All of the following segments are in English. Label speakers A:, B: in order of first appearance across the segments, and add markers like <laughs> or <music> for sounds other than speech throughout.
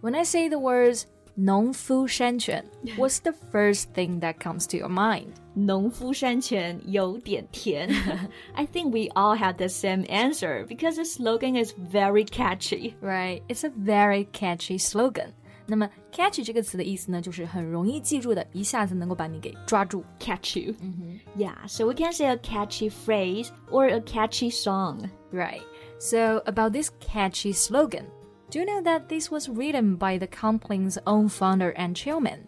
A: When I say the words 农夫山
B: <laughs>
A: 泉 what's the first thing that comes to your mind?
B: 农夫山泉有点甜。I <laughs> think we all have the same answer because the slogan is very catchy.
A: Right, it's a very catchy slogan. 那么 catchy 这个词的意思呢，就是很容易记住的，一下子能够把你给抓住。
B: Catch you. Yeah, so we can say a catchy phrase or a catchy song.
A: Right. So about this catchy slogan, do you know that this was written by the company's own founder and chairman?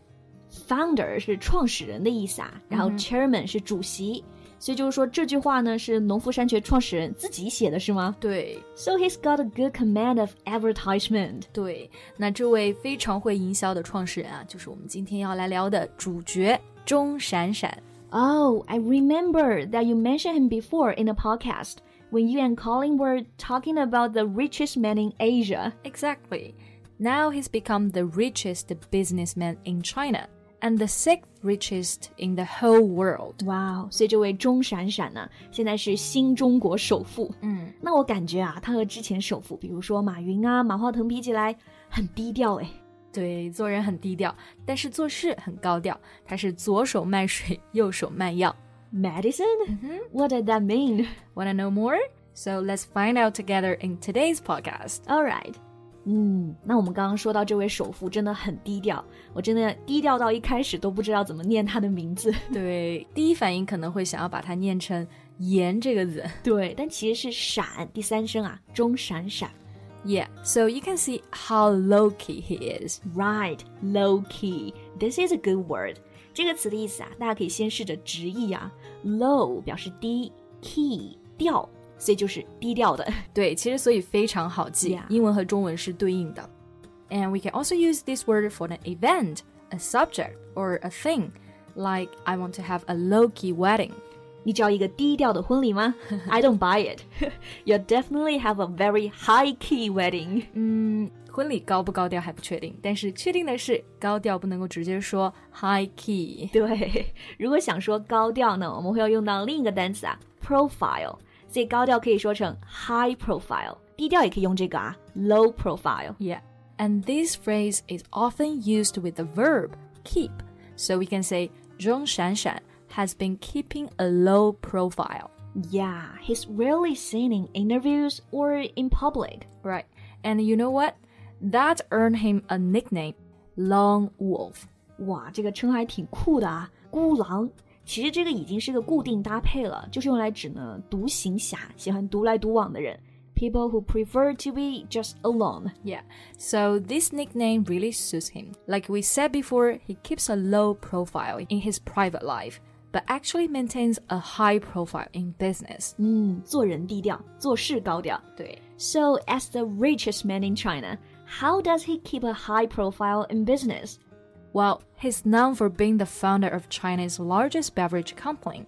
B: Founder 是创始人的意思啊，然后 chairman 是主席，所以就是说这句话呢是农夫山泉创始人自己写的，是吗
A: 对，
B: ？So he's got a good command of advertisement.
A: 对，那这位非常会营销的创始人啊，就是我们今天要来聊的主角钟闪闪。
B: Oh, I remember that you mentioned him before in the podcast when you and Colin were talking about the richest man in Asia.
A: Exactly. Now he's become the richest businessman in China and the sixth richest in the whole world.
B: 哇哦！所以这位钟闪闪呢，现在是新中国首富。
A: 嗯，
B: 那我感觉啊，他和之前首富，比如说马云啊、马化腾比起来，很低调哎。
A: 对，做人很低调，但是做事很高调。他是左手卖水，右手卖药。
B: Madison, what did that mean?
A: Wanna know more? So let's find out together in today's podcast.
B: All right. 嗯，那我们刚刚说到这位首富真的很低调，我真的低调到一开始都不知道怎么念他的名字。
A: 对，第一反应可能会想要把它念成“盐”这个字。
B: 对，但其实是闪第三声啊，钟闪闪。
A: Yeah, so you can see how low key he is.
B: Right, low key. This is a good word. 这个词的意思啊，大家可以先试着直译啊。Low 表示低，key 调，所以就是低调的。 <laughs>
A: 对，其实所以非常好记
B: Yeah.
A: 英文和中文是对应的。And we can also use this word for an event, a subject, or a thing. Like, I want to have a low key wedding.
B: 你只要一个低调的婚礼吗 <laughs> ？I don't buy it. <laughs> You definitely have a very high key wedding. <laughs>
A: 嗯，婚礼高不高调还不确定，但是确定的是，高调不能够直接说 high key。
B: 对，如果想说高调呢，我们会要用到另一个单词啊，profile。所以高调可以说成 high profile，低调也可以用这个啊，low profile。
A: Yeah. And this phrase is often used with the verb keep. So we can say, 钟闪闪 has been keeping a low profile.
B: Yeah, he's rarely seen in interviews or in public.
A: Right. And you know what? That earned him a nickname, Long Wolf.
B: 哇，这个称还挺酷的啊，孤狼。其实这个已经是个固定搭配了，就是用来指呢独行侠，喜欢独来独往的人，people who prefer to be just alone。
A: Yeah. So this nickname really suits him. Like we said before, he keeps a low profile in his private life, but actually maintains a high profile in business.
B: 嗯，做人低调，做事高调。So as the richest man in China, how does he keep a high profile in business?
A: Well, he's known for being the founder of China's largest beverage company,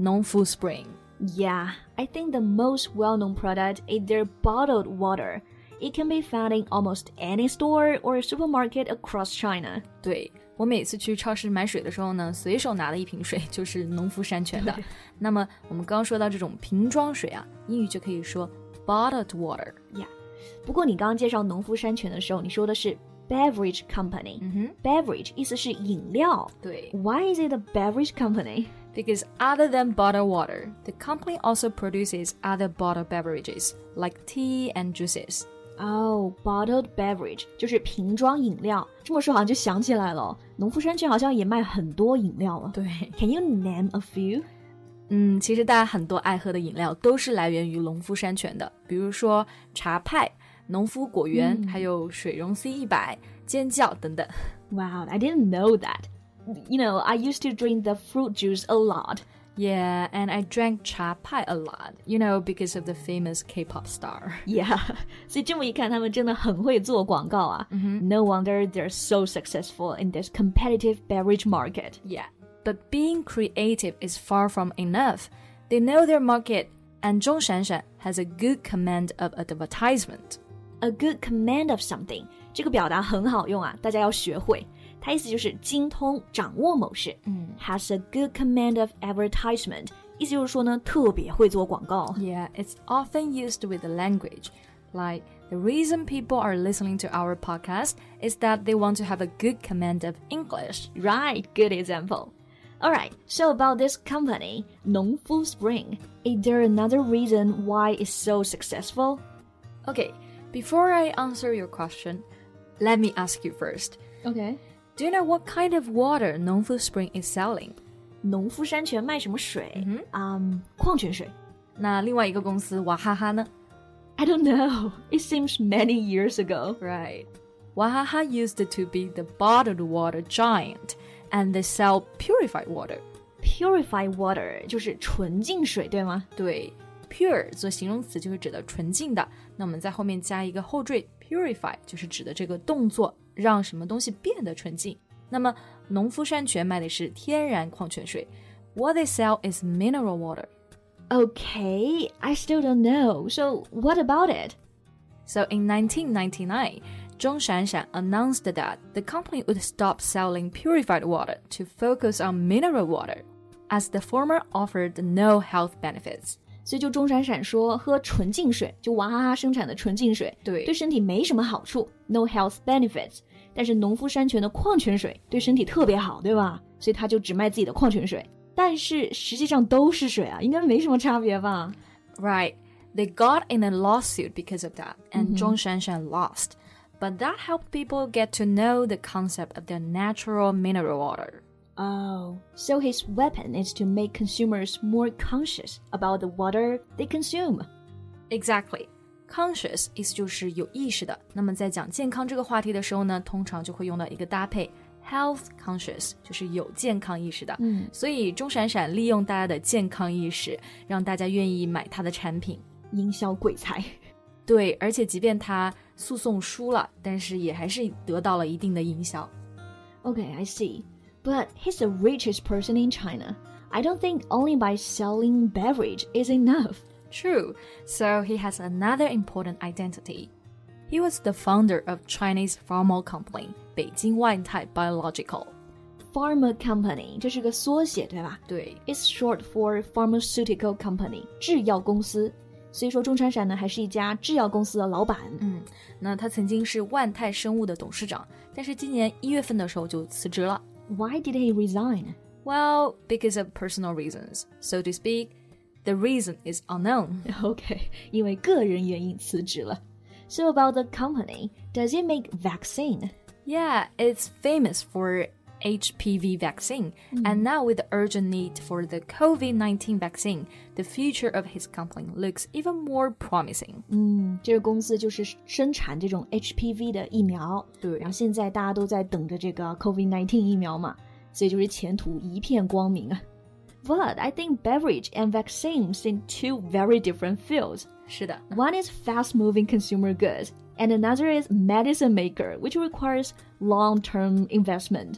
A: Nongfu Spring.
B: Yeah, I think the most well known product is their bottled water. It can be found in almost any store or supermarket across China.
A: 对我每次去超市买水的时候呢，随手拿的一瓶水就是农夫山泉的。那么我们刚刚说到这种瓶装水啊，英语就可以说 bottled water。
B: Yeah. 不过你刚刚介绍农夫山泉的时候，你说的是 beverage company。beverage 意思是饮料。
A: 对
B: Why is it a beverage company?
A: ，because other than bottled water, the company also produces other bottled beverages like tea and juices.
B: Oh, bottled beverage 就是瓶装饮料。这么说好像就想起来了，农夫山泉好像也卖很多饮料啊。
A: 对，
B: Can you name a few?
A: 嗯，其实大家很多爱喝的饮料都是来源于农夫山泉的，比如说茶派、农夫果园，还有水溶 C 一百、尖叫等等。
B: Wow, I didn't know that. You know, I used to drink the fruit juice a lot. <laughs>
A: Yeah, and I drank cha pai a lot, you know, because of the famous K pop star. <laughs>
B: Yeah，所以这么一看，他们真的很会做广告啊。No wonder they're so successful in this competitive beverage market.
A: Yeah. But being creative is far from enough. They know their market, and Zhong Shanshan has a good command of advertisement.
B: A good command of something 这个表达很好用啊，大家要学会。它意思就是精通、掌握某事。嗯，has a good command of advertisement，意思就是说呢，特别会做广告。
A: Yeah, it's often used with the language. Like, the reason people are listening to our podcast is that they want to have a good command of English.
B: Right, good example. All right, so about this company, Nongfu Spring, is there another reason why it's so successful?
A: Okay, before I answer your question, let me ask you first.
B: Okay.
A: Do you know what kind of water Nongfu Spring is selling?
B: 农夫山泉卖什么水？嗯，矿泉水。
A: 那另外一个公司娃哈哈呢
B: I don't know. <laughs> It seems many years ago.
A: ？Right. Wahaha used to be the bottled water giant, and they sell purified water.
B: Purified water 就是纯净水，对吗？
A: 对，pure 做形容词就是指的纯净的，那我们在后面加一个后缀 purify，就是指的这个动作让什么东西变得纯净。那么农夫山泉卖的是天然矿泉水，What they sell is mineral water.
B: Okay, I still don't know. So what about it?
A: So in 1999, Zhong Shanshan announced that the company would stop selling purified water to focus on mineral water, as the former offered no health benefits.
B: 所以就钟闪闪说，喝纯净水，就娃哈哈生产的纯净水，
A: 对
B: 对身体没什么好处，no health benefits。但是农夫山泉的矿泉水对身体特别好，对吧？所以他就只卖自己的矿泉水，但是实际上都是水啊，应该没什么差别吧？
A: Right. They got in a lawsuit because of that, and Zhong Shanshan lost. But that helped people get to know the concept of their natural mineral water.
B: Oh, so his weapon is to make consumers more conscious about the water they consume.
A: Exactly. Conscious 意思就是有意识的。那么在讲健康这个话题的时候呢，通常就会用到一个搭配 health conscious，就是有健康意识的。嗯，所以钟闪闪利用大家的健康意识，让大家愿意买他的产品。
B: 营销鬼才。
A: 对，而且即便他诉讼输了，但是也还是得到了一定的营销。
B: Okay, I see. But he's the richest person in China. I don't think only by selling beverage is enough.
A: True. So he has another important identity. He was the founder of Chinese pharma company 北京万泰 Biological.
B: Pharma company 这是个缩写，对吧
A: 对
B: ？It's short for pharmaceutical company，制药公司。所以说，钟闪闪呢还是一家制药公司的老板。
A: 嗯，那他曾经是万泰生物的董事长，但是今年一月份的时候就辞职了。
B: Why did he resign? <laughs>
A: Well, because of personal reasons, so to speak. The reason is unknown.
B: Okay，因为个人原因辞职了。So about the company, does it make vaccine?
A: Yeah, it's famous for HPV vaccine, and now with the urgent need for the COVID 19 vaccine, the future of his company looks even more promising.
B: 这个公司就是生产这种 HPV 的疫苗，
A: 对
B: 然后现在大家都在等着这个 COVID-19 疫苗嘛，所以就是前途一片光明啊。But I think beverage and vaccine seem two very different fields.
A: 是的。
B: One is fast-moving consumer goods, and another is medicine maker, which requires long-term investment.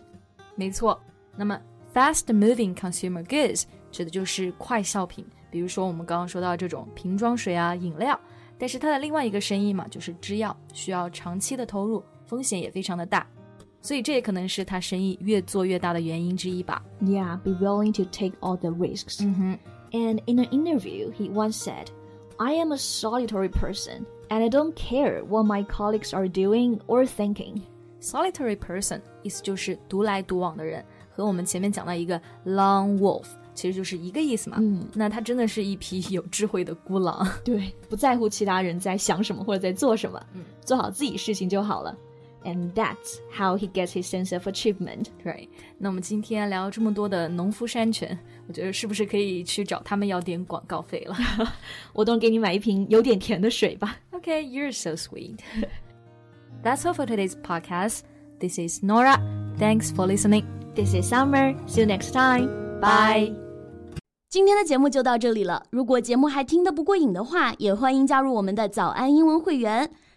A: 没错，那么 fast moving consumer goods 指的就是快消品，比如说我们刚刚说到这种瓶装水啊、饮料。但是它的另外一个生意嘛，就是制药，需要长期的投入，风险也非常的大，所以这也可能是他生意越做越大的原因之一吧。
B: Yeah, be willing to take all the risks. And in an interview, he once said, I am a solitary person and I don't care what my colleagues are doing or thinking.
A: Solitary person 意思就是独来独往的人，和我们前面讲到一个 lone wolf 其实就是一个意思嘛。嗯，那他真的是一匹有智慧的孤狼。
B: 对，不在乎其他人在想什么或者在做什么，做好自己事情就好了。And that's how he gets his sense of achievement.
A: Right，那我们今天聊这么多的农夫山泉，我觉得是不是可以去找他们要点广告费 <laughs> 了
B: 我都给你买一瓶有点甜的水吧。
A: ？Okay，you're so sweet. <laughs> That's all for today's podcast. This is Nora. Thanks for listening.
B: This is Summer. See you next time.
A: Bye.
C: 今天的节目就到这里了。如果节目还听得不过瘾的话，也欢迎加入我们的早安英文会员。